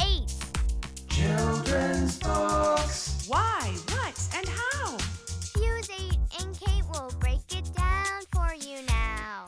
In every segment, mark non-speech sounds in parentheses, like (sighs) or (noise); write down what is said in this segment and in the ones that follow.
8. Children's books. Why, what, and how? Fuse 8 and Kate will break it down for you now.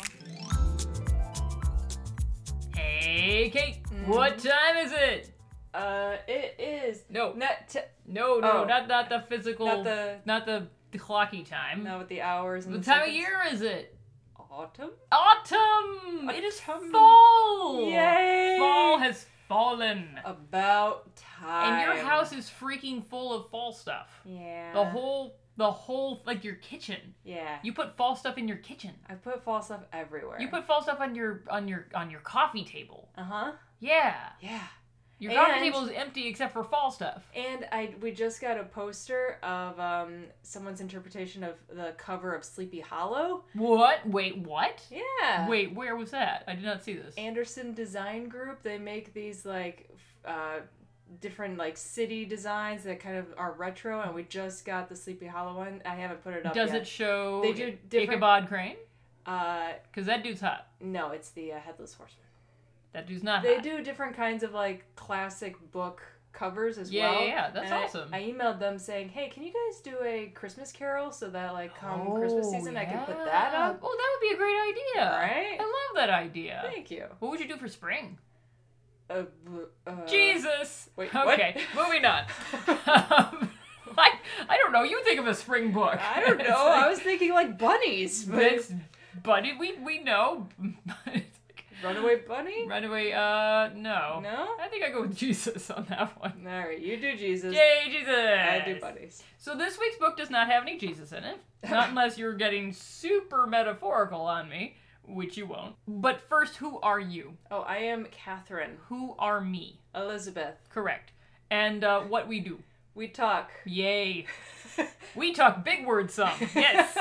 Hey, Kate, Mm-hmm. what time is it? Uh, it is. No, no, Not t- no, Oh. not not the physical, Not the- not the clocky time. now with the hours and What the time of seconds. year is it? Autumn. Autumn. It is Autumn. fall. Yay! Fall has fallen, About time. and your house is freaking full of fall stuff. Yeah. The whole, the whole, like your kitchen. Yeah. You put fall stuff in your kitchen. I put fall stuff everywhere. You put fall stuff on your on your on your coffee table. Uh huh. Yeah, Yeah. your coffee And- table is empty except for fall stuff. And I we just got a poster of um someone's interpretation of the cover of Sleepy Hollow. What? Wait, what? Yeah. Wait, where was that? I did not see this. Anderson Design Group. They make these like f- uh, different like city designs that kind of are retro. And we just got the Sleepy Hollow one. I haven't put it up Does yet. it show They do different- Ichabod Crane? Uh, Because that dude's hot. no, it's the uh, Headless Horseman. That dude's not They hot. do different kinds of like classic book covers as Yeah, well. yeah, yeah. That's And I- awesome. I, emailed them saying, "Hey, can you guys do a Christmas Carol so that like come Christmas season I can put that Oh, yeah. up?" Oh, that would be a great idea. Right? I love that idea. Thank you. What would you do for spring? Uh, b- uh, Jesus. wait, what? okay, (laughs) moving on. like, (laughs) I don't know. You think of a spring book. I don't know. (laughs) It's I like, was thinking like bunnies, but That's, buddy, we we know. (laughs) It's like, runaway bunny. Runaway. Uh, no. No. I think I go with (laughs) Jesus on that one. All right, you do Jesus. Yay, Jesus! I do bunnies. So this week's book does not have any Jesus (laughs) in it, not unless you're getting super metaphorical on me, which you won't. But first, who are you? Oh, I am Catherine Who are me? Elizabeth. Correct. And uh, what we do? We talk. Yay! We talk big (laughs) words some. Yes.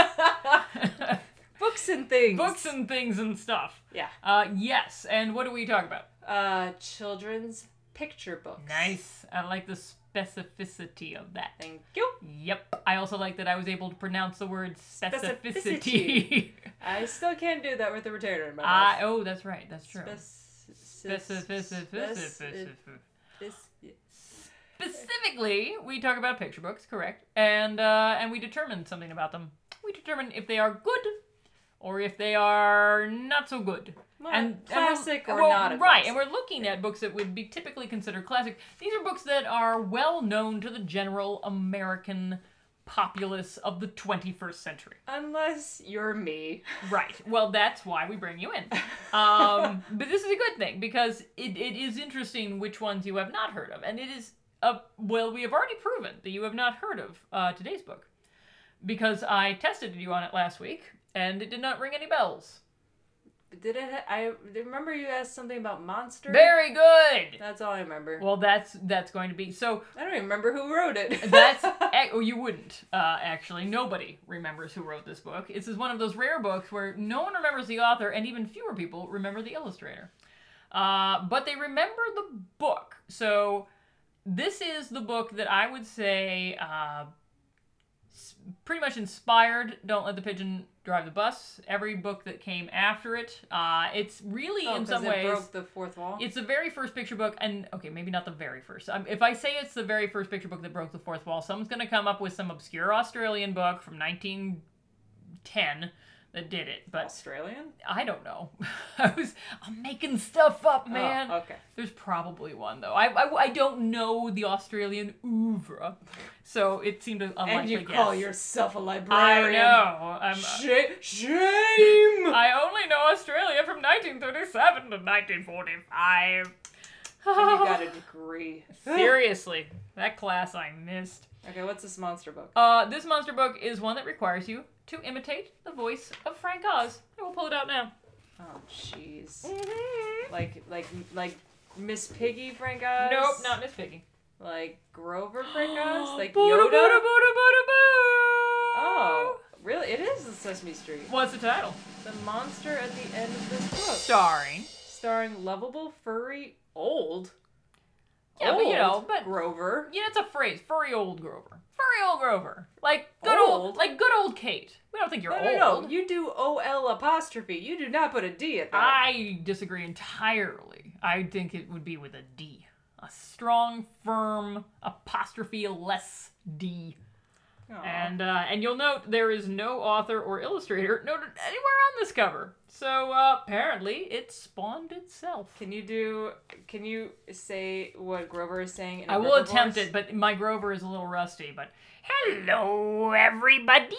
Books and things. Books and things and stuff. Yeah. Uh, yes. And what do we talk about? Uh, children's picture books. Nice. I like the specificity of that. Thank you. Yep. I also like that I was able to pronounce the word specificity. (laughs) Specificity. I still can't do that with a retainer in my I, mouth. oh, that's right. That's true. Spec- Specificity. spec- Specifically, we talk about picture books, correct? And uh, and we determine something about them. We determine if they are good or if they are not so good. Well, and classic and or we're- not a Right, classic. and we're looking at books that would be typically considered classic. These are books that are well known to the general American populace of the 21st century. Unless you're me. Right. Well, that's why we bring you in. Um, but this is a good thing because it, it is interesting which ones you have not heard of. And it is, a, well, we have already proven that you have not heard of uh, today's book because I tested you on it last week and it did not ring any bells. Did it? Ha- I remember you asked something about monster. Very good. That's all I remember. Well, that's that's going to be so. I don't even remember who wrote (laughs) it. That's ac- oh, you wouldn't uh, actually. Nobody remembers who wrote this book. This is one of those rare books where no one remembers the author, and even fewer people remember the illustrator. Uh, but they remember the book. So this is the book that I would say uh, s- pretty much inspired "Don't Let the Pigeon Drive the Bus." Every book that came after it, uh, it's really Oh, in 'cause some it ways broke the fourth wall. it's the very first picture book, and okay, maybe not the very first. Um, if I say it's the very first picture book that broke the fourth wall, someone's going to come up with some obscure Australian book from 1910 that did it. But Australian. I don't know. (laughs) I was I'm making stuff up, Oh, man. okay. There's probably one though. I, I, I don't know the Australian oeuvre, so it seemed an unlikely And you guess. call yourself a I librarian? know. I'm. uh, Sha- shame. (laughs) I only know Australia from 1937 to 1945. And you got a degree. Seriously, that class I missed. (laughs) Okay, what's this monster book? Uh, this monster book is one that requires you to imitate the voice of Frank Oz. I will pull it out now. Oh, jeez. Like, like, like Miss Piggy Frank Oz? Nope, not Miss Piggy. Like Grover Frank Oz? Like (gasps) Boo-da, boo-da, Yoda? Oh. boo-da, boo-da, Sesame Street. What's the title? The monster at the end of this book. Starring. starring lovable furry old. Yeah, but you know, old but Grover. yeah, it's a phrase. Furry old Grover. Furry old Grover. Like good old, Old? like good old Kate. We don't think you're No, old. no, no. You do O L apostrophe. You do not put a D at that. I disagree entirely. I think it would be with a D. A strong, firm, apostrophe less D. Aw. And uh, and you'll note there is no author or illustrator noted anywhere on this cover. So uh, apparently it spawned itself. Can you do? Can you say what Grover is saying? In a I will Grover attempt voice? it, but my Grover is a little rusty. But hello, everybody.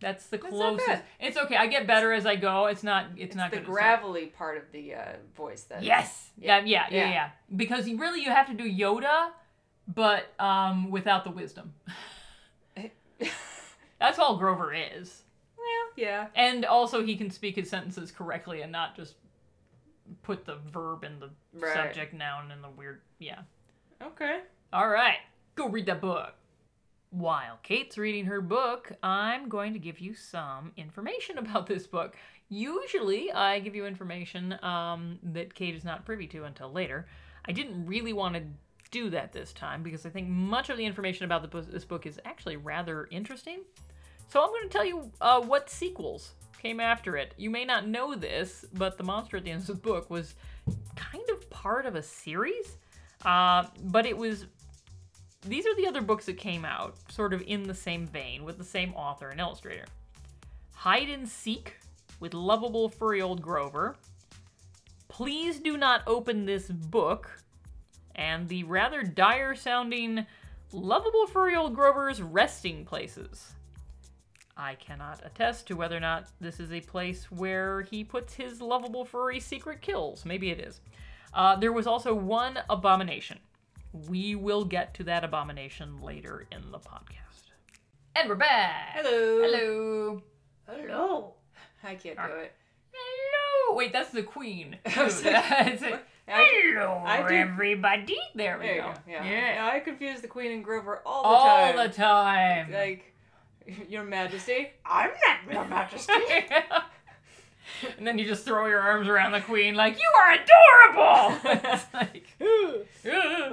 That's the not closest. bad. It's okay. I get better as I go. It's not. It's, It's not the good. at stuff. gravelly part of the uh, voice. That (laughs) Yes. Yeah. Yeah. Yeah. Yeah. Yeah. Yeah. Because you really you have to do Yoda, but um, without the wisdom. That's all Grover is. Well, yeah. And also, he can speak his sentences correctly and not just put the verb in the Right. subject noun and the weird. Yeah. Okay. All right, go read that book. While Kate's reading her book, I'm going to give you some information (laughs) about this book. Usually, I give you information um, that Kate is not privy to until later. I didn't really want to do that this time because I think much of the information about the, bu- this book is actually rather interesting. So, I'm going to tell you uh, what sequels came after it. You may not know this, but The Monster at the End of the Book was kind of part of a series, uh, but it was these are the other books that came out sort of in the same vein with the same author and illustrator hide and seek with lovable furry old grover please do not open this book and the rather dire sounding lovable furry old grover's resting places i cannot attest to whether or not this is a place where he puts his lovable furry secret kills maybe it is uh, there was also one abomination we will get to that abomination later in the podcast. And we're back. Hello. Hello. Hello. I can't do it. Hello. Wait, that's (laughs) the queen. (laughs) I'm sorry. It's a- I do- Hello, I do- everybody. There we There you go. go. Yeah. Yeah, I confuse the Queen and Grover all the All time. the time. Like, (laughs) Your Majesty. I'm not Your (laughs) Majesty. and then you just throw your arms around the queen like you are (laughs) adorable. it's like, "Ugh,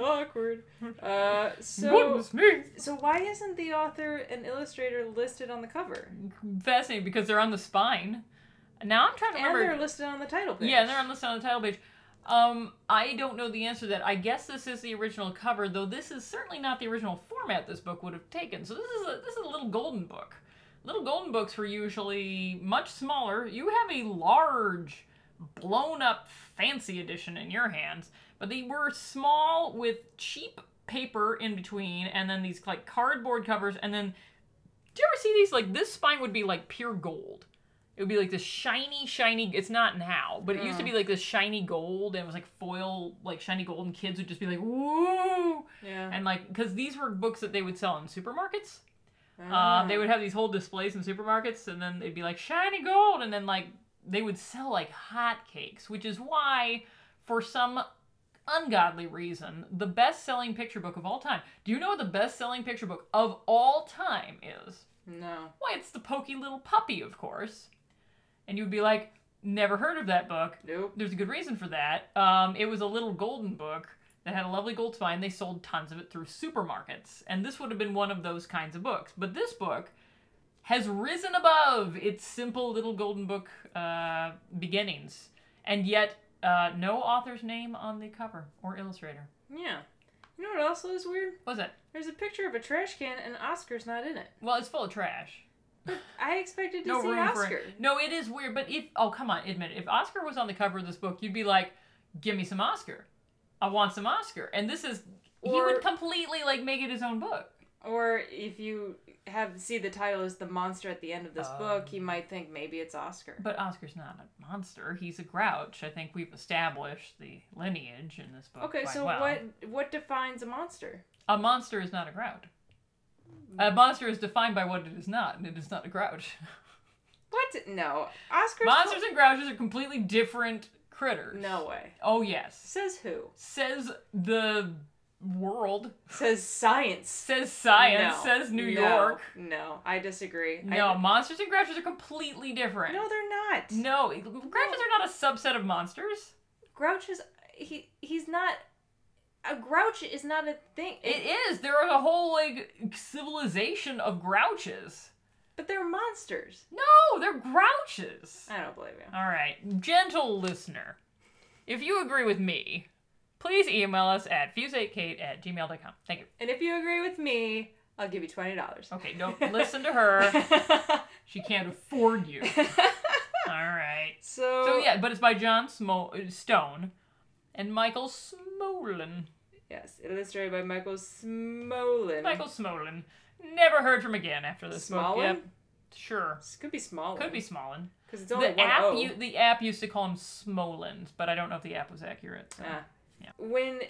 (laughs) Awkward. Uh, so, goodness me. so why isn't the author and illustrator listed on the cover? Fascinating because they're on the spine. Now I'm trying to And remember. they're listed on the title page. Yeah, and they're on the on the title page. Um, I don't know the answer to that. I guess this is the original cover, though this is certainly not the original format this book would have taken. So this is a this is a little golden book. Little golden books were usually much smaller. You have a large, blown up fancy edition in your hands, but they were small with cheap paper in between, and then these like cardboard covers, and then do you ever see these? Like this spine would be like pure gold. It would be like this shiny, shiny. It's not now, but it used to be like this shiny gold, and it was like foil, like shiny gold, and kids would just be like, "Woo!" Yeah. And like, because these were books that they would sell in supermarkets. Uh, Ah. they would have these whole displays in supermarkets, and then they'd be like shiny gold, and then like they would sell like hotcakes, which is why, for some ungodly reason, the best-selling picture book of all time. Do you know what the best-selling picture book of all time is? No. Why, it's The Pokey Little Puppy, of course. And you'd be like, never heard of that book. Nope. There's a good reason for that. Um, it was a little golden book that had a lovely gold spine. They sold tons of it through supermarkets. And this would have been one of those kinds of books. But this book has risen above its simple little golden book uh, beginnings. And yet, uh, no author's name on the cover or illustrator. Yeah. You know what also is weird? Was it? There's a picture of a trash can and Oscar's not in it. Well, it's full of trash. I expected to no see room Oscar. for it. No, it is weird. But if oh come on, admit it. If Oscar was on the cover of this book, you'd be like, "Give me some Oscar. I want some Oscar." And this is he Or- would completely like make it his own book. Or if you have see the title as the monster at the end of this Um, book, you might think maybe it's Oscar. But Oscar's not a monster. He's a grouch. I think we've established the lineage in this book. Okay, quite so well. what what defines a monster? A monster is not a grouch. A monster is defined by what it is not, and it is not (laughs) a grouch. (laughs) What? No, Oscar's Monsters and grouches are completely (laughs) different critters. No way. Oh yes. Says who? Says the world Says science. (laughs) says science No. says New No. York. No, I disagree. I- No, monsters and Grouchers are completely different. no, they're not. No, Grouchers are not a subset of monsters. Grouch is he. He's not. A grouch is not a thing. It is. There is a whole like civilization of grouches. but they're monsters. No, they're grouches. I don't believe you. All right, gentle listener, if you agree with me, please email us at fuse8kate E at gmail.com. Thank you. And if you agree with me, I'll give you twenty dollars. Okay, don't listen to her. She can't afford you. All right. (laughs) so, So yeah, but it's by John Smo- uh, Stone and Michael Smolin. Yes, illustrated by Michael Smolin. Michael Smolin. Never heard from again after this book. Smolin? Yep. Sure. This could be Smolin. Could be Smolin. because it's only The one app, O. u- the app used to call him Smolin, but I don't know if the app was accurate. so. Ah. Yeah. When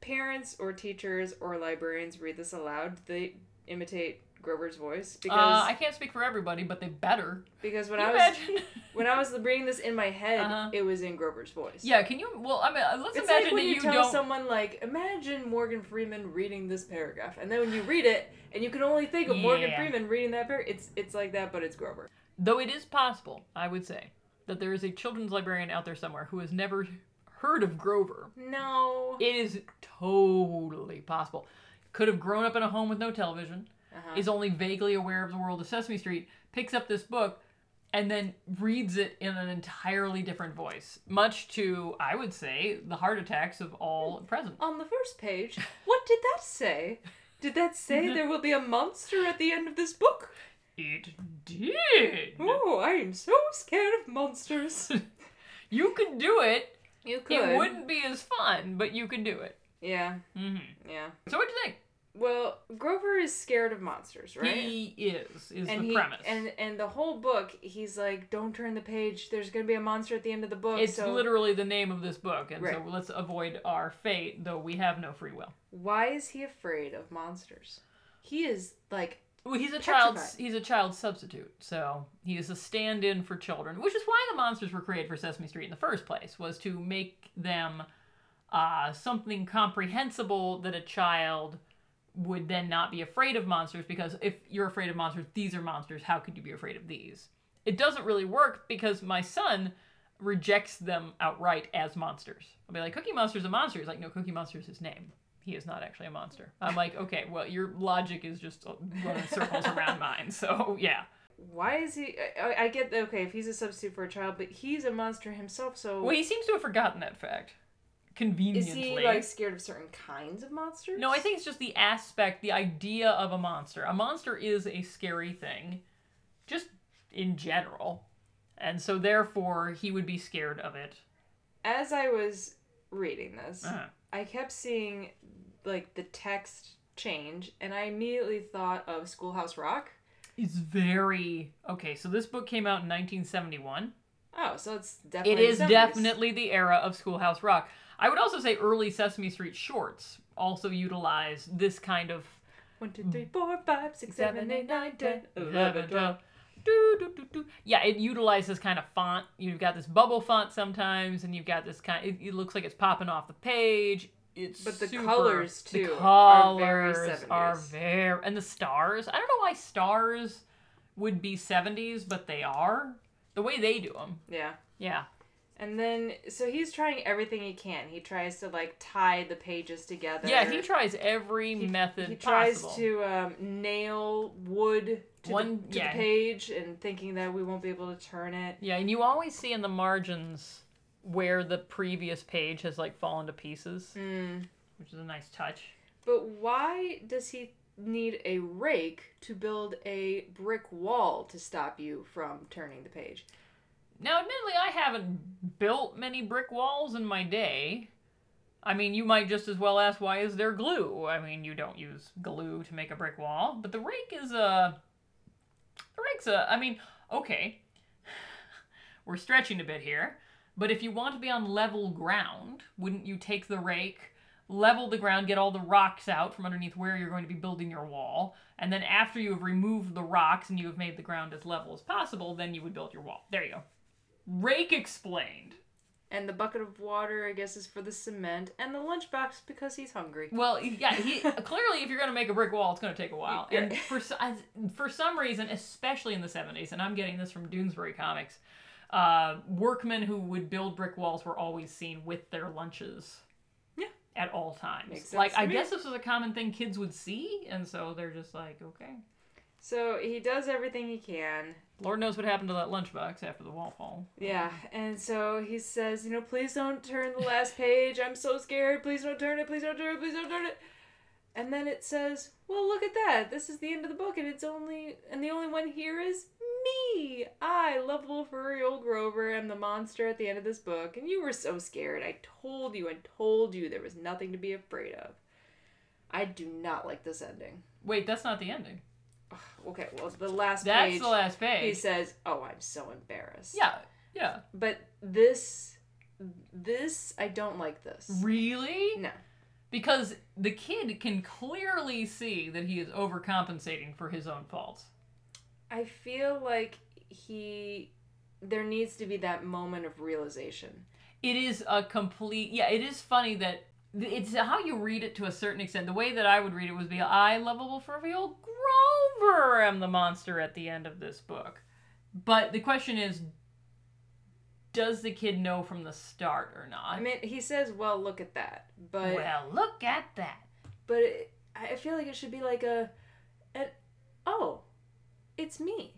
parents or teachers or librarians read this aloud, do they imitate Grover's voice because Uh, I can't speak for everybody, but they better. because when Can I you was imagine? (laughs) when I was reading this in my head, Uh-huh. it was in Grover's voice. yeah, can you? Well, I mean, uh, let's It's imagine like when that you, you tell don't. someone like, imagine Morgan Freeman reading this paragraph, and then when you read it, and you can only think of Morgan Yeah. Freeman reading that paragraph. It's it's like that, but it's Grover. Though it is possible, I would say, that there is a children's librarian out there somewhere who has never heard of Grover. No. It is totally possible. Could have grown up in a home with no television, Uh-huh. is only vaguely aware of the world of Sesame Street, picks up this book, and then reads it in an entirely different voice, much to, I would say, the heart attacks of all Hmm. present. On the first page, what did that say? Did that (laughs) say there will be a monster at the end of this book? It did! Oh, I am so scared of (laughs) monsters. You could do it. you could. It wouldn't be as fun, but you could do it. Yeah, hmm yeah. So what do you think? Well, Grover is scared of monsters, right? He is is and the he, premise. and and the whole book, he's like, "Don't turn the page. There's gonna be a monster at the end of the book." it's so literally the name of this book, and so Right. let's avoid our fate, though we have no free will. why is he afraid of monsters? He is like, Well, he's a child. Petrified. He's a child substitute, so he is a stand-in for children, which is why the monsters were created for Sesame Street in the first place, was to make them uh, something comprehensible that a child would then not be afraid of monsters. Because if you're afraid of monsters, these are monsters. How could you be afraid of these? It doesn't really work because my son rejects them outright as monsters. I'll be like, Cookie Monster's a monster. He's like, no, Cookie Monster's his name. He is not actually a monster. I'm like, okay, well, your logic is just uh, running circles (laughs) around mine. So, yeah. why is he? I, I- I get that. Okay, if he's a substitute for a child, but he's a monster himself. So Well, he seems to have forgotten that fact. Conveniently. is he like scared of certain kinds of monsters? No, I think it's just the aspect, the idea of a monster. A monster is a scary thing, just in general. And so, therefore, he would be scared of it. as I was reading this, Uh-huh. I kept seeing like the text change, and I immediately thought of Schoolhouse Rock. It's very. Okay, so this book came out in 1971. Oh, so it's It definitely is the 70s. definitely the era of Schoolhouse Rock. I would also say early Sesame Street shorts also utilize this kind of. one, two, three, four, five, six, seven, eight, nine, ten, eleven, twelve. Do, do, do, do. Yeah, it utilizes kind of font. You've got this bubble font sometimes, and you've got this kind. It, it looks like it's popping off the page. It's But the super- colors, too, The are very colors are 70s. very, and the stars. I don't know why stars would be seventies, but they are. The way they do them. Yeah. Yeah. And then, so he's trying everything he can. He tries to like tie the pages together. Yeah, he tries every He- method He tries possible. to um, nail wood to, One- the, to yeah. the page, and thinking that we won't be able to turn it. Yeah, and you always see in the margins where the previous page has like fallen to pieces, Mm. which is a nice touch. But why does he need a rake to build a brick wall to stop you from turning the page? Now, admittedly, I haven't built many brick walls in my day. I mean, you might just as well ask why is there glue? I mean, you don't use glue to make a brick wall, but the rake is a the rake's a I mean, okay. (sighs) We're stretching a bit here, but if you want to be on level ground, wouldn't you take the rake, level the ground, get all the rocks out from underneath where you're going to be building your wall, and then after you have removed the rocks and you have made the ground as level as possible, then you would build your wall. There you go. Rake explained. and the bucket of water, I guess, is for the cement, and the lunchbox because he's hungry. Well, yeah, he (laughs) clearly if you're going to make a brick wall, it's going to take a while. Yeah. And for so- as- for some reason, especially in the 70s, and I'm getting this from Doonesbury Comics, uh, workmen who would build brick walls were always seen with their lunches. Yeah. At all times. Makes sense like to I me. guess this was a common thing kids would see, and so they're just like, okay. So he does everything he can. Lord knows what happened to that lunchbox after the wall fall. Yeah, and so he says, you know, please don't turn the last page. I'm so scared. Please don't turn it. Please don't turn it. Please don't turn it. And then it says, well, look at that. This is the end of the book, and it's only and the only one here is me. I, lovable furry old Grover, am the monster at the end of this book, and you were so scared. I told you and told you there was nothing to be afraid of. I do not like this ending. Wait, that's not the ending. Okay, well, the last That's page. the last page. He says, "Oh, I'm so embarrassed." yeah, yeah. but this this i don't like this Really? no Because the kid can clearly see that he is overcompensating for his own faults. i feel like he there needs to be that moment of realization It is a complete. Yeah, it is funny that th- it's how you read it to a certain extent. The way that I would read it would be I, lovable furry old Grover, am the monster at the end of this book. But the question is does the kid know from the start or not? i mean he says well look at that but well, look at that. but it, i I feel like it should be like a an, oh it's me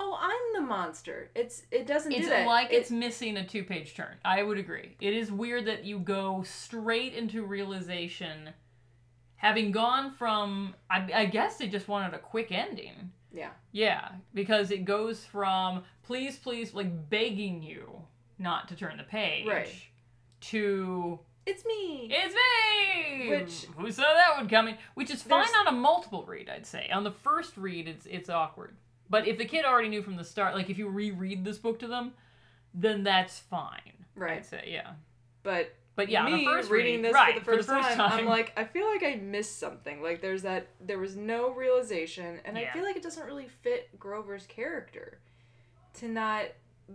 oh i'm the monster it's it doesn't It's do that like It- it's missing a two page turn. I would agree. It is weird that you go straight into realization, having gone from, I, I guess they just wanted a quick ending. yeah Yeah, because it goes from please, please, like begging you not to turn the page Right. to it's me it's me. Which- who saw that one coming? Which is fine There's- on a multiple read, I'd say. On the first read, it's it's awkward. But if the kid already knew from the start, like if you reread this book to them, then that's fine. right I'd say yeah. but But yeah, on me the first reading read, this right, for, the first time, I'm time. like, I feel like I missed something. Like there's that there was no realization, and Yeah. I feel like it doesn't really fit Grover's character to not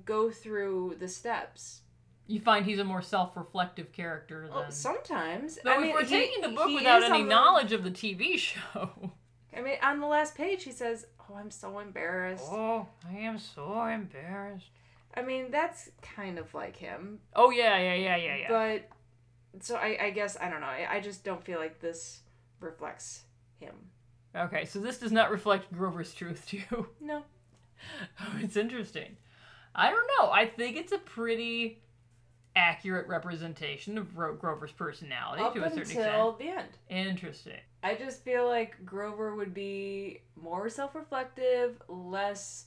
go through the steps. you find he's a more self-reflective character than. Oh, sometimes Though I mean, if we're he- taking the book he without is any on the- knowledge of the TV show. I mean, on the last page, he says, "Oh, I'm so embarrassed." Oh, I am so embarrassed. I mean, that's kind of like him, Oh yeah, yeah, yeah, yeah, yeah. but so I, I guess I don't know. I, I just don't feel like this reflects him. okay, so this does not reflect Grover's truth to you. No, Oh, (laughs) it's interesting. I don't know. I think it's a pretty accurate representation of Ro- Grover's personality up to a certain until the end. extent. Interesting. I just feel like Grover would be more self reflective, less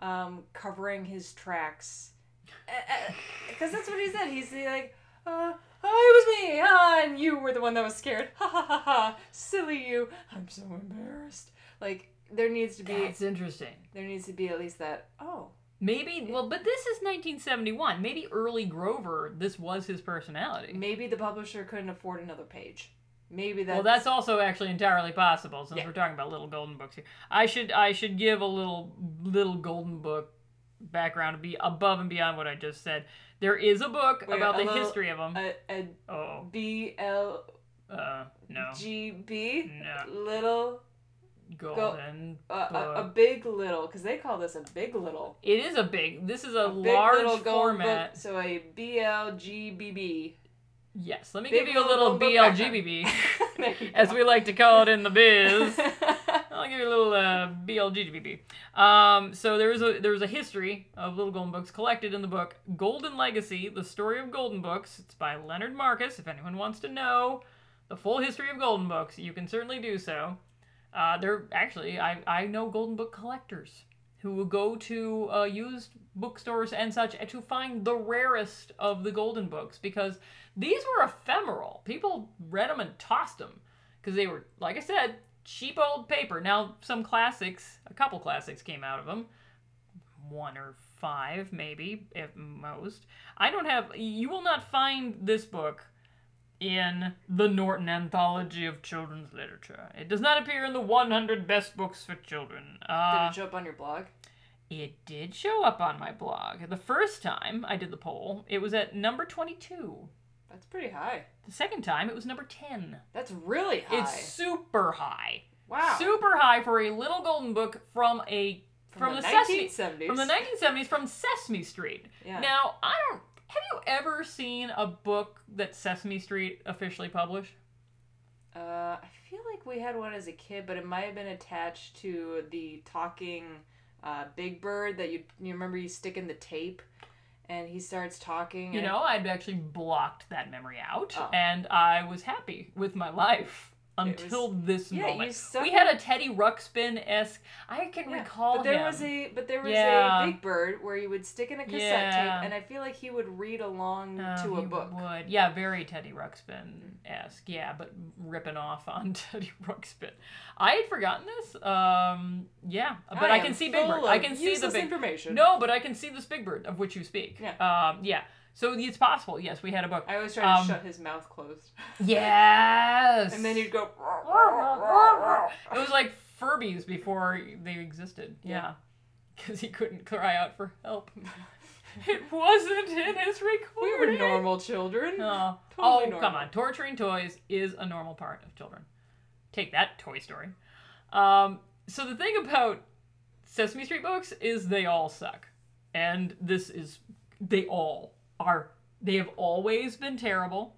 um, covering his tracks. Because that's what he said. He's like, uh, oh, it was me, ah, and you were the one that was scared. Ha ha ha ha. Silly you. I'm so embarrassed. Like, there needs to be That's interesting. there needs to be at least that oh Maybe well, but this is 1971. Maybe early Grover, this was his personality. maybe the publisher couldn't afford another page maybe that's Well, that's also actually entirely possible since Yeah. we're talking about little golden books here. I should I should give a little little golden book background to be above and beyond what I just said. There is a book Wait, about a the little- history of them. a, a oh, B L uh, no, G B no, little golden. a, a, a book. big little because they call this a big little It is a big. This is a, big large little golden format. book, so a blgbb Yes, let me Big give you a little little golden book background. BLGBB, (laughs) There you as go. we like to call it in the (laughs) biz. (laughs) I'll give you a little uh, BLGBB. Um, so there was a there was a history of Little Golden Books collected in the book Golden Legacy: The Story of Golden Books. It's by Leonard Marcus. If anyone wants to know the full history of Golden Books, you can certainly do so. Uh, there actually, I I know Golden Book collectors who will go to uh, used bookstores and such to find the rarest of the Golden Books because these were ephemeral. People read them and tossed them because they were, like I said, cheap old paper. Now, some classics, a couple classics came out of them, one or five maybe at most. I don't have. You will not find this book in the Norton Anthology of Children's Literature. It does not appear in the 100 Best Books for Children. did Uh, it show up on your blog It did show up on my blog. The first time I did the poll, it was at number 22. That's pretty high. The second time, it was number 10. That's really high. It's super high. wow. Super high for a little golden book from a from, From the Sesame 1970s. from the 1970s from Sesame Street. Yeah. Now, I don't have you ever seen a book that Sesame Street officially published? Uh, I feel like we had one as a kid, but it might have been attached to the talking uh, Big Bird that you you remember you stick in the tape, and he starts talking. You and- know, I'd actually blocked that memory out, Mm-hmm. Oh. and I was happy with my life until this Yeah, you moment. suck we had a Teddy Ruxpin esque. I can Yeah, recall But there him. was a but there was Yeah. a Big Bird where you would stick in a cassette Yeah. tape, and I feel like he would read along Um, to a he book. Would. Yeah, very Teddy Ruxpin esque. Yeah, but ripping off on (laughs) Teddy Ruxpin. I had forgotten this. Um, yeah, but I, am can see Big full Bird. I of can see the useless Big information. No, but I can see this Big Bird of which you speak. Yeah. Um, yeah. So it's possible. Yes, we had a book. I always try to Um, shut his mouth closed, Yes. and then he'd go. It was like Furbies before they existed. Yeah. Because he couldn't cry out for help. (laughs) it wasn't in his We were (laughs) recording. normal children. Oh, Totally oh normal. come on. Torturing toys is a normal part of children. Take that, Toy Story. Um, so the thing about Sesame Street books is they all suck. And this is, they all are, they have always been terrible.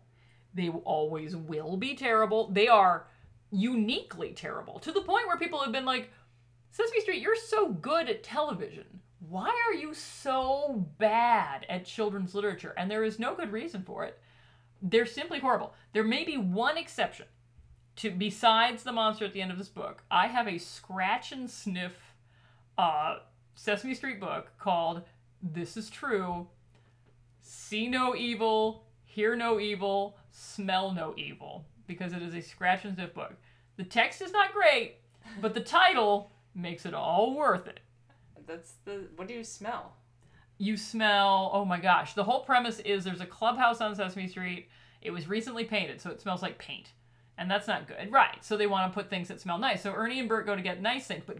They always will be terrible. They are uniquely terrible to the point where people have been like, Sesame Street, you're so good at television. Why are you so bad at children's literature? And there is no good reason for it. They're simply horrible. There may be one exception to besides the monster at the end of this book. I have a scratch and sniff uh, Sesame Street book called This Is True See No Evil, Hear No Evil, Smell No Evil, because it is a scratch and sniff book. The text is not great, but the title makes it all worth it. That's the. What do you smell? You smell, oh my gosh. The whole premise is there's a clubhouse on Sesame Street. It was recently painted, so it smells like paint. And that's not good. Right. So they want to put things that smell nice. So Ernie and Bert go to get nice things, but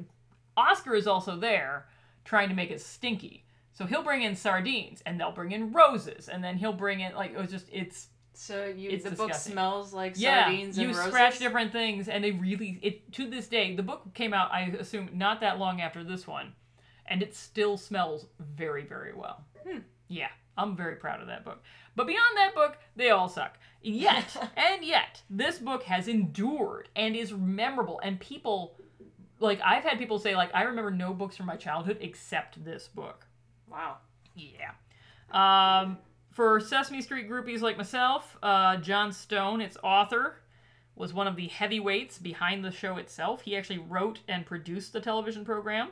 Oscar is also there trying to make it stinky. So he'll bring in sardines and they'll bring in roses and then he'll bring in like it was just it's So you It's the book disgusting. smells like yeah, sardines you and roses. scratch different things, and they really it to this day. The book came out, I assume, not that long after this one, and it still smells very, very well. Hmm. Yeah, I'm very proud of that book. But beyond that book, they all suck. (laughs) Yet and yet, this book has endured and is memorable, and people like I've had people say like I remember no books from my childhood except this book. Wow. Yeah. Um, for Sesame Street groupies like myself, uh, John Stone, its author, was one of the heavyweights behind the show itself. He actually wrote and produced the television program.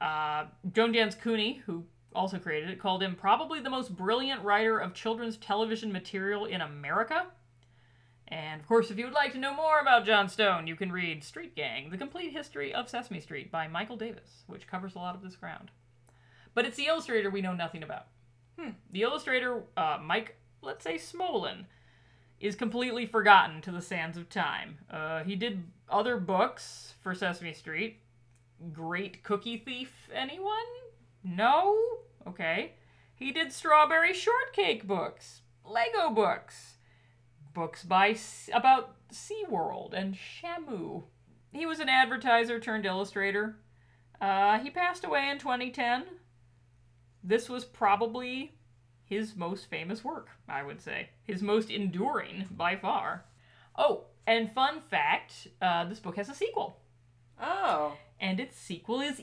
Uh, Joan Jans Cooney, who also created it, called him probably the most brilliant writer of children's television material in America. And of course, if you would like to know more about John Stone, you can read Street Gang The Complete History of Sesame Street by Michael Davis, which covers a lot of this ground. But it's the illustrator we know nothing about. The illustrator, uh, Mike, let's say Smolin, is completely forgotten to the sands of time. Uh, he did other books for Sesame Street. Great Cookie Thief, anyone? No? Okay. He did Strawberry Shortcake books, Lego books, books by S- about SeaWorld and Shamu. He was an advertiser turned illustrator. Uh, he passed away in 2010 this was probably his most famous work, I would say. His most enduring by far. Oh, and fun fact uh, this book has a sequel, Oh. and its sequel is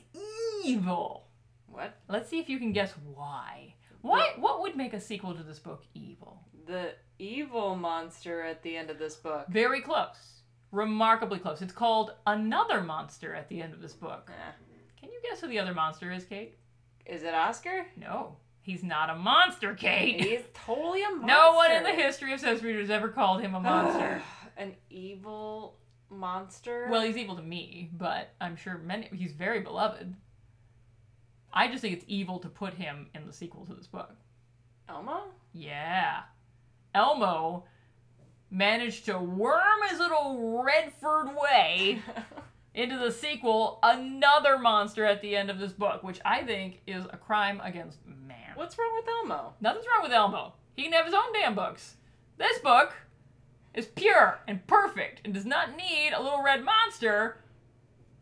evil. What? Let's see if you can guess why. Why? What would make a sequel to this book evil? The evil monster at the end of this (laughs) book. Very close. Remarkably close. It's called Another Monster at the end of this book. Eh. Can you guess who the other monster is, Kate? Is it Oscar? No. He's not a monster, Kate. He's totally a monster. No one in the history of Sesame Street has ever called him (sighs) a monster. (laughs) An evil monster. well, he's evil to me, but I'm sure many. He's very beloved. I just think it's evil to put him in the sequel to this book. Elmo. Yeah. Elmo managed to worm his little Redford way into the sequel another monster at the end of this book, which I think is a crime against man. (laughs) What's wrong with Elmo? Nothing's wrong with Elmo. He can have his own damn books. This book is pure and perfect and does not need a little red monster.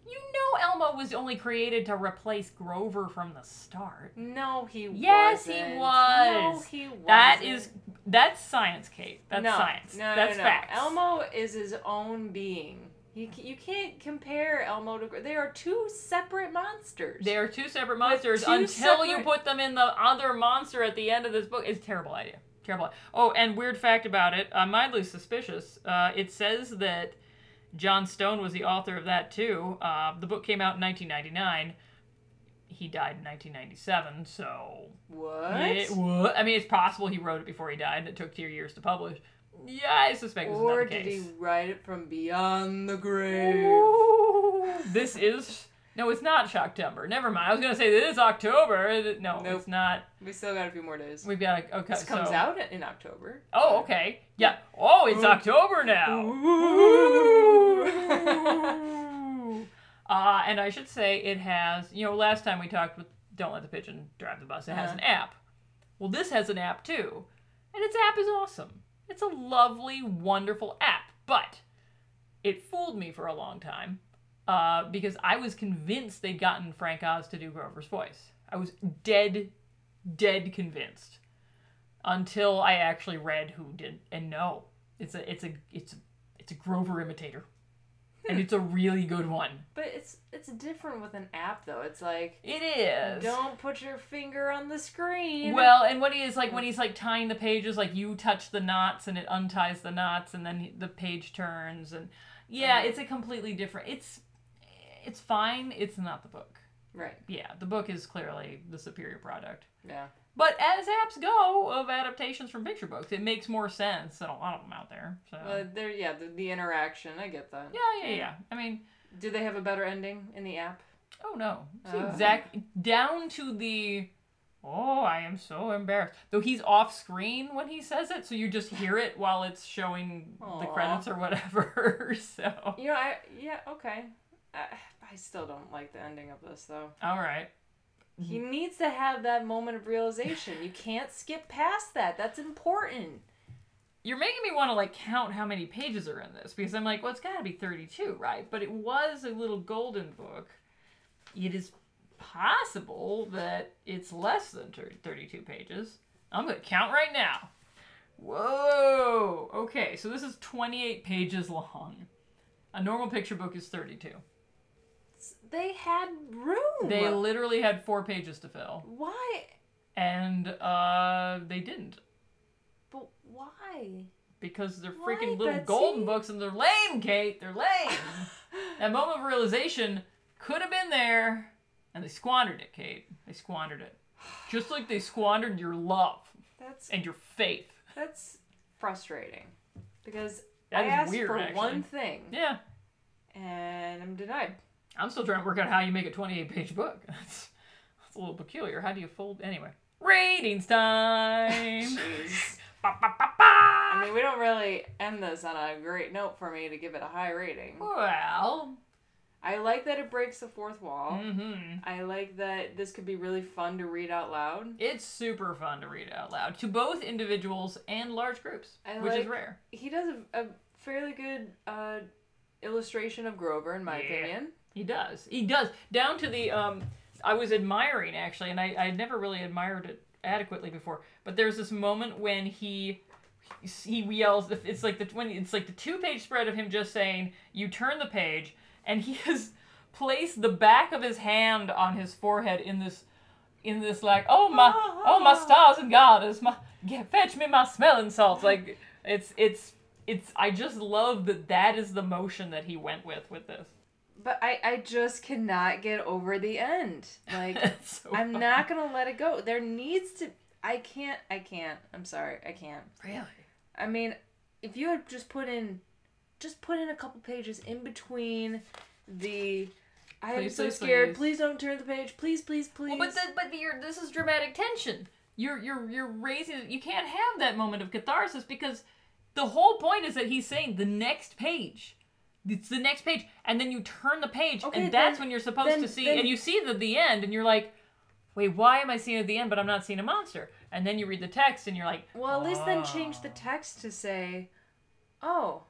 You know Elmo was only created to replace Grover from the start. No, he Yes, he wasn't. was. No, he wasn't. That is that's science, Kate. That's no, science. No, that's no, no. facts. Elmo is his own being. You, ca- you can't compare Elmo to. Gro- They are two separate monsters. They are two separate monsters two until you separate- put them in the other monster at the end of this book. It's a terrible idea. Terrible. Oh, and weird fact about it, uh, mildly suspicious. Uh, it says that John Stone was the author of that too. Uh, the book came out in 1999. He died in 1997, so what? it wa- I mean, it's possible he wrote it before he died, and it took two years to publish. Yeah, I suspect this is not or the did case. he write it from beyond the grave? Ooh, this is no, it's not Shocktober. Never mind. I was gonna say this is October. It- No, Nope. it's not. We still got a few more days. We've got a, okay. this comes so, out in October. Oh, okay. Yeah. Oh, it's Ooh. October now. Ooh. Uh, and I should say it has. You know, last time we talked with Don't Let the Pigeon Drive the Bus. It has Uh-huh. an app. Well, this has an app too, and its app is awesome. It's a lovely, wonderful app, but it fooled me for a long time uh, because I was convinced they'd gotten Frank Oz to do Grover's voice. I was dead, dead convinced until I actually read who did, and no, it's a it's a it's a, it's a Grover imitator, and it's a really good one. but it's it's different with an app though. It's like It is. don't put your finger on the screen. Well, and what he is like when he's like tying the pages, like you touch the knots and it unties the knots, and then he- the page turns, and yeah, it's a completely different. It's it's fine. It's not the book. right. Yeah, the book is clearly the superior product. Yeah. But as apps go of adaptations from picture books, it makes more sense than a lot of them out there. So Well, there. Yeah. The, the interaction. I get that. yeah, yeah, yeah. I mean, Do they have a better ending in the app? oh no, it's Uh. exact down to the. Oh, I am so embarrassed. Though he's off screen when he says it, so you just hear it while it's showing the Aw. credits or whatever. (laughs) so You know. I yeah. Okay. I, I still don't like the ending of this though. all right, He Mm-hmm. needs to have that moment of realization. You can't skip past that. That's important. you're making me want to like count how many pages are in this because I'm like, well, it's got to be 32, right? But it was a little golden book. It is possible that it's less than thir- 32 pages. I'm going to count right now. Whoa! Okay, so this is 28 pages long. A normal picture book is 32. They had room. They literally had four pages to fill, why? and uh, they didn't But why? because they're Why, freaking little Betsy? golden books and they're lame, Kate. They're lame. that moment of realization could have been there, and they squandered it, Kate. They squandered it. Just like they squandered your love (laughs) That's and your faith. that's frustrating because That I is asked weird, for actually. one thing Yeah, and I'm denied. I'm still trying to work out how you make a 28 page book. (laughs) That's, that's a little peculiar. How do you fold? Anyway, (laughs) ratings time. Jeez. Ba, ba, ba, ba. I mean, we don't really end this on a great note for me to give it a high rating. Well, I like that it breaks the fourth wall. hmm I like that this could be really fun to read out loud. it's super fun to read out loud to both individuals and large groups, I which is like- rare. He does a, a fairly good uh, illustration of Grover, in my Yeah. opinion. He does. He does. Down to the um I was admiring actually, and I, I never really admired it adequately before. But there's this moment when he he yells it's like the when it's like the two page spread of him just saying, You turn the page and he (laughs) has placed the back of his hand on his forehead in this in this like, oh my oh my stars and goddess, my yeah, fetch me my smelling salts. Like it's it's it's I just love that that is the motion that he went with with this. But I, I just cannot get over the end. (laughs) Like, It's so I'm fun. not gonna let it go. There needs to. I can't. I can't. I'm sorry. I can't. really. I mean, if you had just put in, just put in a couple pages in between the. I am Please, so please, scared. please. Please. don't turn the page. Please, please, please. Well, but the, but you're, this is dramatic tension. You're you're you're raising. You can't have that moment of catharsis because the whole point is that he's saying the next page, It's the next page, and then you turn the page, Okay, and that's then- when you're supposed then- to see. then- and you see the the end, and you're like, "Wait, why am I seeing at the end, but I'm not seeing a monster?" And then you read the text, and you're like, Well, at least then change "Oh, the text to say, "Oh,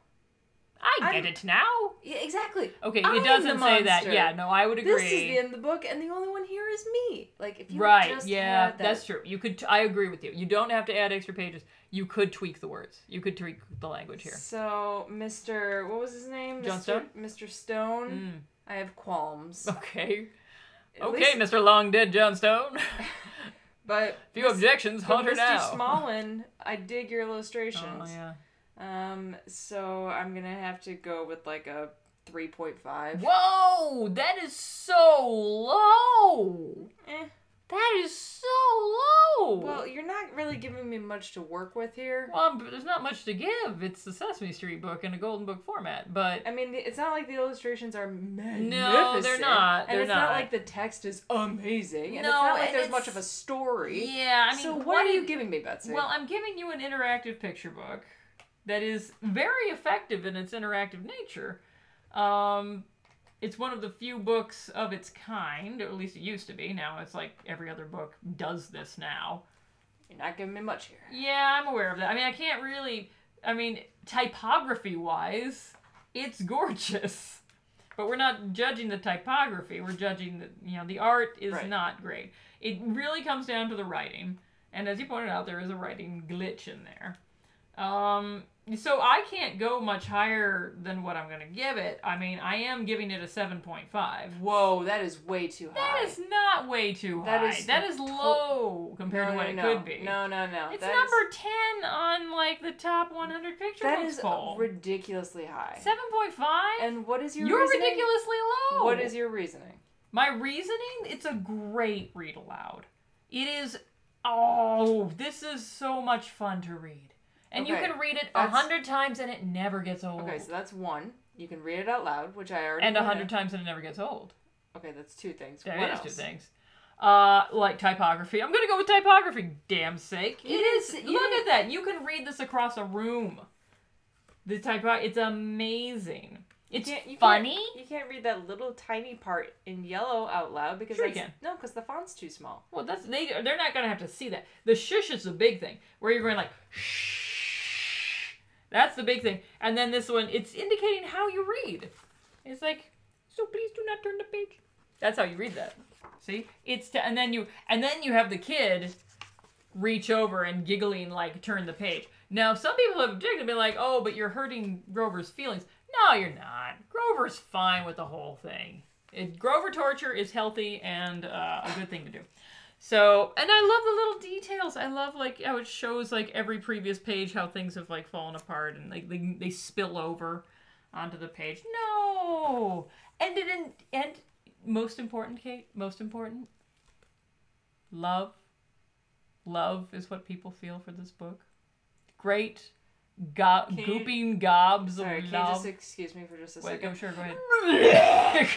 I get I'm- it now." yeah, exactly." Okay, I'm it the doesn't say that. monster. Yeah, no, I would agree. This is the end of the book, and the only one here is me. Like, if you right just yeah had that, that's true you could i agree with you you don't have to add extra pages you could tweak the words you could tweak the language here So, Mr. What was his name? John Mr. Stone? Mr. Stone. Mm. I have (laughs) qualms. okay At okay least- mr long dead johnstone (laughs) But few objections but haunt her Mr. now Smallin, I dig your illustrations. (laughs) oh yeah Um, so I'm gonna have to go with like a 3.5. whoa that is so low Eh. that is so low Well, you're not really giving me much to work with here. Well, I'm- there's not much to give. It's the Sesame Street book in a Golden Book format, but I mean, it's not like the illustrations are magnificent. not. and They're it's not. like the text is amazing. And No, it's not like and there's it's- much of a story. yeah, I mean, so what, what are do you giving me, Betsy? Well, I'm giving you an interactive picture book that is very effective in its interactive nature. Um, it's one of the few books of its kind, or at least it used to be. Now it's like every other book does this now. you're not giving me much here. Yeah, I'm aware of that. I mean, I can't really. I mean, typography wise, it's gorgeous. But we're not judging the typography. We're judging the you know the art is Right. not great. It really comes down to the writing, and as you pointed out, there is a writing glitch in there. Um, so I can't go much higher than what I'm going to give it. I mean, I am giving it a seven point five. Whoa, that is way too That high. is not way too That high. is that is to- low compared no, to what no, it no. could be. No, no, no. It's Uh, That number ten on like the top 100 is, picture That books is poll. ridiculously high. Seven point five. And what is your You're reasoning? ridiculously low. What is your reasoning? my reasoning? It's a great read aloud. It is. Oh, this is so much fun to read, and you Okay, can read it a that's- hundred times and it never gets old. Okay, so that's one. You can read it out loud, which I already Oh. and a pointed hundred out. times and it never gets old. Okay, that's two things. There what is else? two things. Uh, like typography. I'm gonna go with typography. Damn sake! You it didn't is. s- you look didn't- at that. You can read this across a room. The typography. It's amazing. It's You can't- you funny. Can't, you can't read that little tiny part in yellow out loud because Sure you that's, can. no, because the font's too small. Well, that's they. They're not gonna have to see that. The shush is the big thing where you're going like. Shh. That's the big thing. And then this one, it's indicating how you read. It's like, so please do not turn the page. That's how you read that. See, it's to, and then you and then you have the kid reach over and giggling like turn the page. Now some people have objected, been like, "Oh, but you're hurting Grover's feelings." No, you're not. Grover's fine with the whole thing. It, Grover torture is healthy and uh, a good thing to do. So, and I love the little details. I love like how it shows like every previous page how things have like fallen apart and like they, they spill over onto the page. No, and it in, and most important, Kate. Most important, love. Love is what people feel for this book. Great, go- you- gooping gobs of Sorry, can you love. just excuse me for just a Wait, I'm second? sure. Go ahead.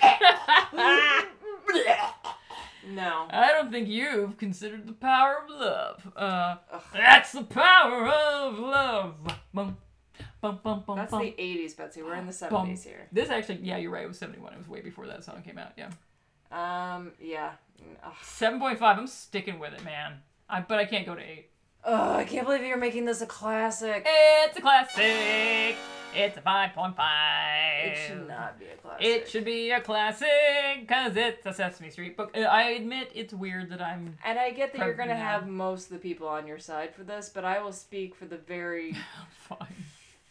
No. I don't think you've considered the power of love. Uh, Ugh. that's the power of love. Bum, bum, bum, bum, That's bum. the 80s, Betsy. We're in the 70s bum. here. This actually, yeah, you're right. It was 71. It was way before that song came out. Yeah. Um, yeah. Ugh. 7.5. I'm sticking with it, man. I, but I can't go to 8. Ugh, I can't believe you're making this a classic. It's a classic. It's a 5.5. It should not be a classic. It should be a classic because it's a Sesame Street book. Uh, I admit it's weird that I'm. (laughs) And I get that you're gonna Probably not. have most of the people on your side for this, but I will speak for the (laughs) very Fine.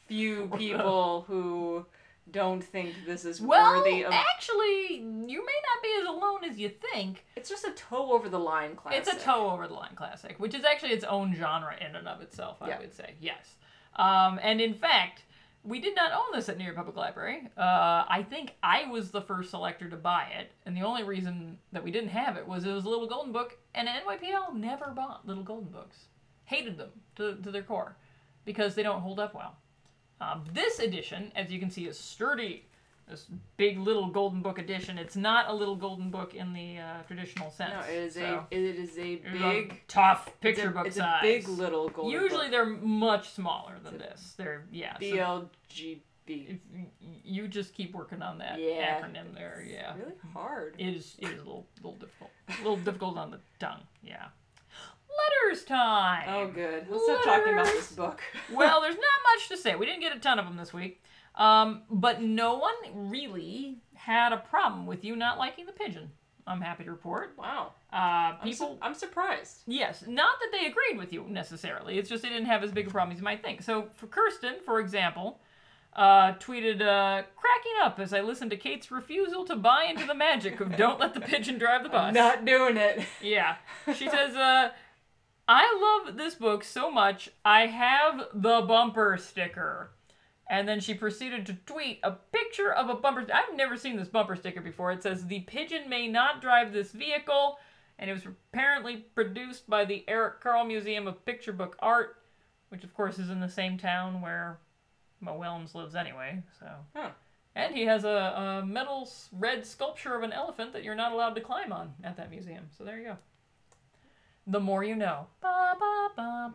few people who don't think this is Well, eh. worthy of. actually, you may not be as alone as you think. It's just a toe over the line classic. It's a toe over the line classic, which is actually its own genre in and of itself, I Yeah. would say. Yes. Um, and in fact, we did not own this at New York Public Library. Uh, I think I was the first selector to buy it, and the only reason that we didn't have it was it was a little golden book, and NYPL never bought little golden books. Hated them to, to their core because they don't hold up well. Um, this edition, as you can see, is sturdy. This big little golden book edition. It's not a little golden book in the uh, traditional sense. No, it is so- a it is a it is a big tough it's picture a- book it's size. a big little golden Usually book. they're much smaller than this. They're yeah. so- BLGB be You just keep working on that Yeah. acronym there. Yeah. really hard. It is, it is a little, little difficult. A little difficult on the tongue. Yeah. Letters time. Oh, good. Let's stop talking about this book. (laughs) well, there's not much to say. We didn't get a ton of them this week. Um, but no one really had a problem with you not liking the pigeon. I'm happy to report. wow. Uh, I'm, people su- I'm surprised. Yes, not that they agreed with you necessarily. It's just they didn't have as big a problem as you might think. So, for Kirsten, for example, uh, tweeted, uh, cracking up as I listened to Kate's refusal to buy into the magic of don't let the pigeon drive the bus. Not doing it. Yeah. She says, uh, I love this book so much, I have the bumper sticker. And then she proceeded to tweet a picture of a bumper. I've never seen this bumper sticker before. It says, The pigeon may not drive this vehicle. And it was apparently produced by the Eric Carle Museum of Picture Book Art, which, of course, is in the same town where Mo Wilms lives anyway. So. Huh. And he has a, a metal s- red sculpture of an elephant that you're not allowed to climb on at that museum. So there you go. The more you know. Ba, ba, ba, Uh-huh.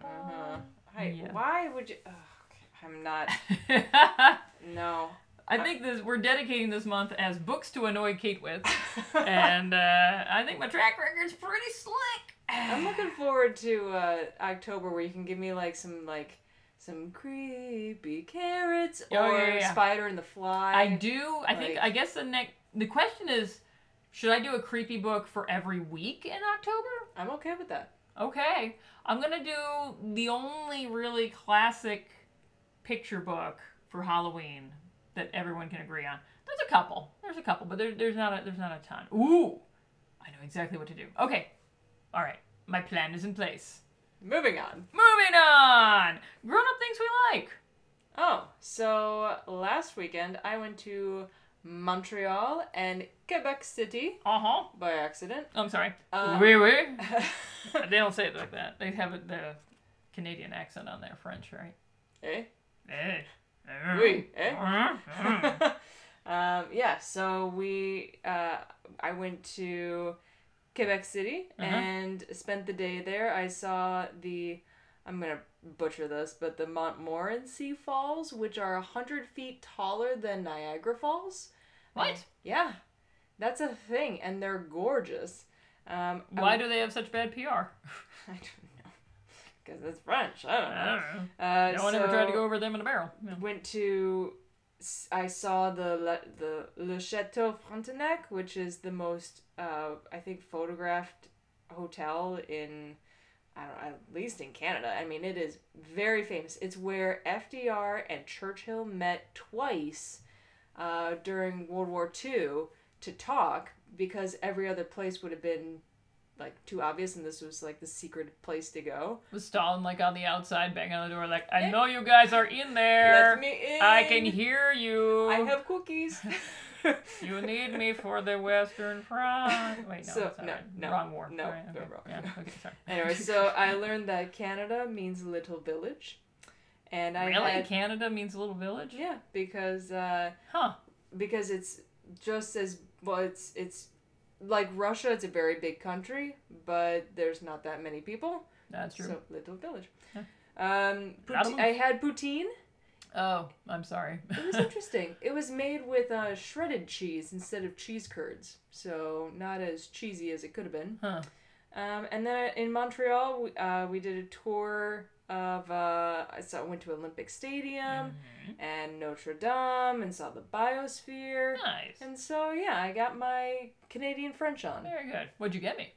ba. I, Yeah. Why would you? Ugh, I'm not. (laughs) (laughs) No. I think this we're dedicating this month as books to annoy Kate with, Eh. and uh, I think my track record's pretty I'm slick. looking forward to uh, October where you can give me like some like some creepy carrots Oh, or yeah, yeah. Spider and the Fly. I do. I think. Like- I guess the next. The question is, should I do a creepy book for every week in October? I'm okay with that. Okay. I'm going to do the only really classic picture book for Halloween that everyone can agree on. There's a couple. There's a couple, but there, there's not a there's not a ton. Ooh. I know exactly what to do. Okay. All right. My plan is in place. Moving on. Moving on. Grown up things we like. Oh, so last weekend I went to Montreal and Quebec City Uh-huh. by accident. (laughs) I'm sorry. Uh, Oui, oui. They don't say it like that. They have it- the Canadian accent on their French, right? eh? Eh. Oui, eh? Uh-huh. (laughs) um, yeah, so we uh, I went to Quebec City Uh-huh. and spent the day there. I saw the I'm gonna butcher this, but the Montmorency Falls, which are hundred feet taller than Niagara Falls. (laughs) What? Yeah, that's a thing, and they're gorgeous. Um, I- Why do they have such bad PR? (laughs) I don't know because it's French. I don't I know. don't know. Uh, No one ever tried to so- go over them in a barrel. went to s- I saw the le- the Le Chateau Frontenac, which is the most uh, I think photographed hotel in I don't know, at least in Canada. I mean, it is very famous. It's where FDR and Churchill met twice uh, during World War II to talk because every other place would have been like too obvious and this was like the secret place to go. Was Stalin like on the outside, banging on the door, like, I Yeah. know you guys are in there. Eh? Let me in. I can hear you. I have cookies. (laughs) (laughs) You need me for the Western Front. Wait, no, So- that's not no, right. no, wrong war. no, Right, no, okay. wrong. Yeah, okay, sorry. (laughs) (laughs) Anyway, so I learned that Canada means little village, and I really, had Canada means little village, yeah because uh, huh? because it's just as well it's it's like Russia. It's a very big country, but there's not that many people, That's true. so little village. Yeah. Um, Not a pout- lot. I had poutine. oh, (laughs) I'm sorry. (laughs) It was interesting. it was made with uh, shredded cheese instead of cheese curds, so not as cheesy as it could have been. Huh. Um, and then in Montreal, we, uh, we did a tour of. Uh, I saw, went to Olympic Stadium Mm-hmm. and Notre Dame and saw the biosphere. nice. And so yeah, I got my Canadian French on. Very good. What'd you get me?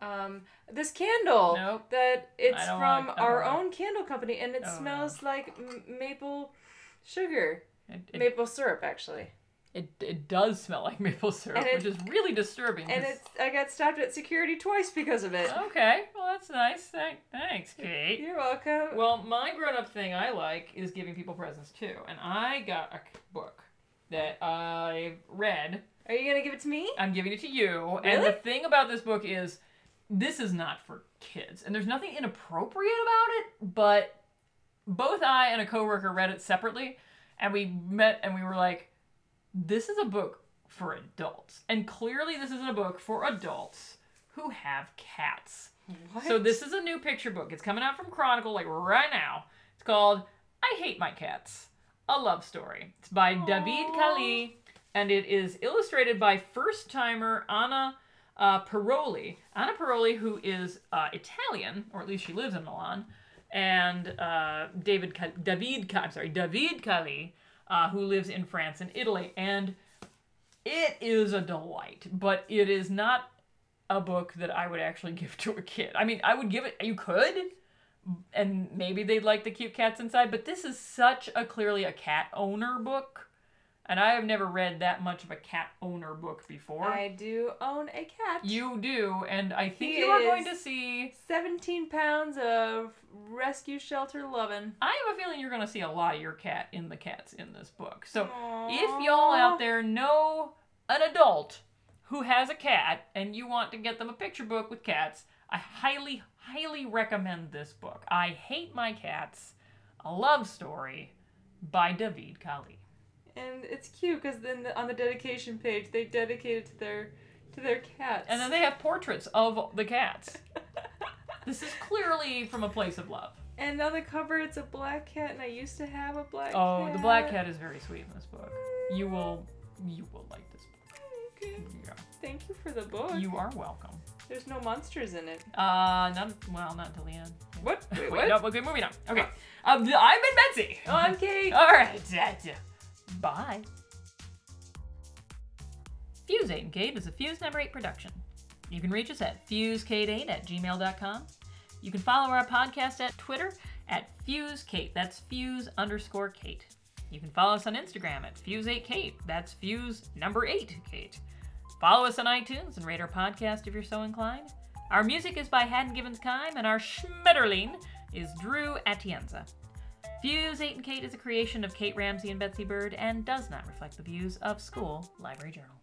Um, this candle Nope. that I it's don't from like- I our don't like- own candle company, and it Oh, no. smells like m- maple sugar, It, it, maple syrup actually. it, it does smell like (laughs) maple syrup, And it- which is really disturbing. And 'cause- it's I got stopped at security twice because of it. okay. Well, that's nice. Thank- Thanks, Kate. You're welcome. Well, my grown up thing I like is giving people presents too. And I got a c- book that I read. Are you gonna give it to me? I'm giving it to you. And the Really? thing about this book is this is not for kids. And there's nothing inappropriate about it, but both I and a coworker read it separately. And we met and we were like, this is a book for adults. And clearly, this isn't a book for adults who have cats. What? So this is a new picture book. It's coming out from Chronicle like right now. It's called I Hate My Cats. A Love Story. It's by David Kali, and it is illustrated by first timer Anna uh, Paroli. Anna Paroli, who is uh, Italian, or at least she lives in Milan, and uh, David Cal- David Ca- I'm sorry David Kali, uh, who lives in France and Italy, and it is a delight, but it is not a book that I would actually (laughs) give to a kid. I mean, I would give it. You could, and maybe they'd like the cute cats inside, but this is such a clearly a cat owner book. And I have never read that much of a cat owner book before. I do own a cat. You do, and I think He you are going is- to see. 17 pounds of rescue shelter lovin'. I have a feeling you're going to see a lot of your cat in the cats in this book. So if Aw. y'all out there know an adult who has a cat and you want to get them a picture book with cats, I highly, highly recommend this book. I Hate My Cats, A Love Story by David Kali. And it's cute because then the, on the dedication page they dedicate it to their to their cats. And then they have portraits of the cats. this is clearly from a place of love. And on the cover it's a black cat, and I used to have a black cat. Oh, the black cat is very sweet in this book. You will, you will like this book. Okay. Yeah. Thank you for the book. You are welcome. There's no monsters in it. Uh, not well, not till the end. (laughs) What? Wait, Wait, what? no, okay, moving on. Okay, um, I've been Betsy. Oh, I'm Kate. (laughs) All right, that's it. bye. Fuse 8 and Kate is a Fuse Number 8 production. You can reach us at fusekate8 at gmail.com. You can follow our podcast at Twitter at FuseKate. That's fuse underscore Kate. You can follow us on Instagram at Fuse8Kate. That's Fuse number 8 Kate. Follow us on iTunes and rate our podcast if you're so inclined. Our music is by Haddon Gibbons Kime, and our Schmetterling is Drew Atienza. Views 8 and Kate is a creation of Kate Ramsey and Betsy Bird and does not reflect the views of School Library Journal.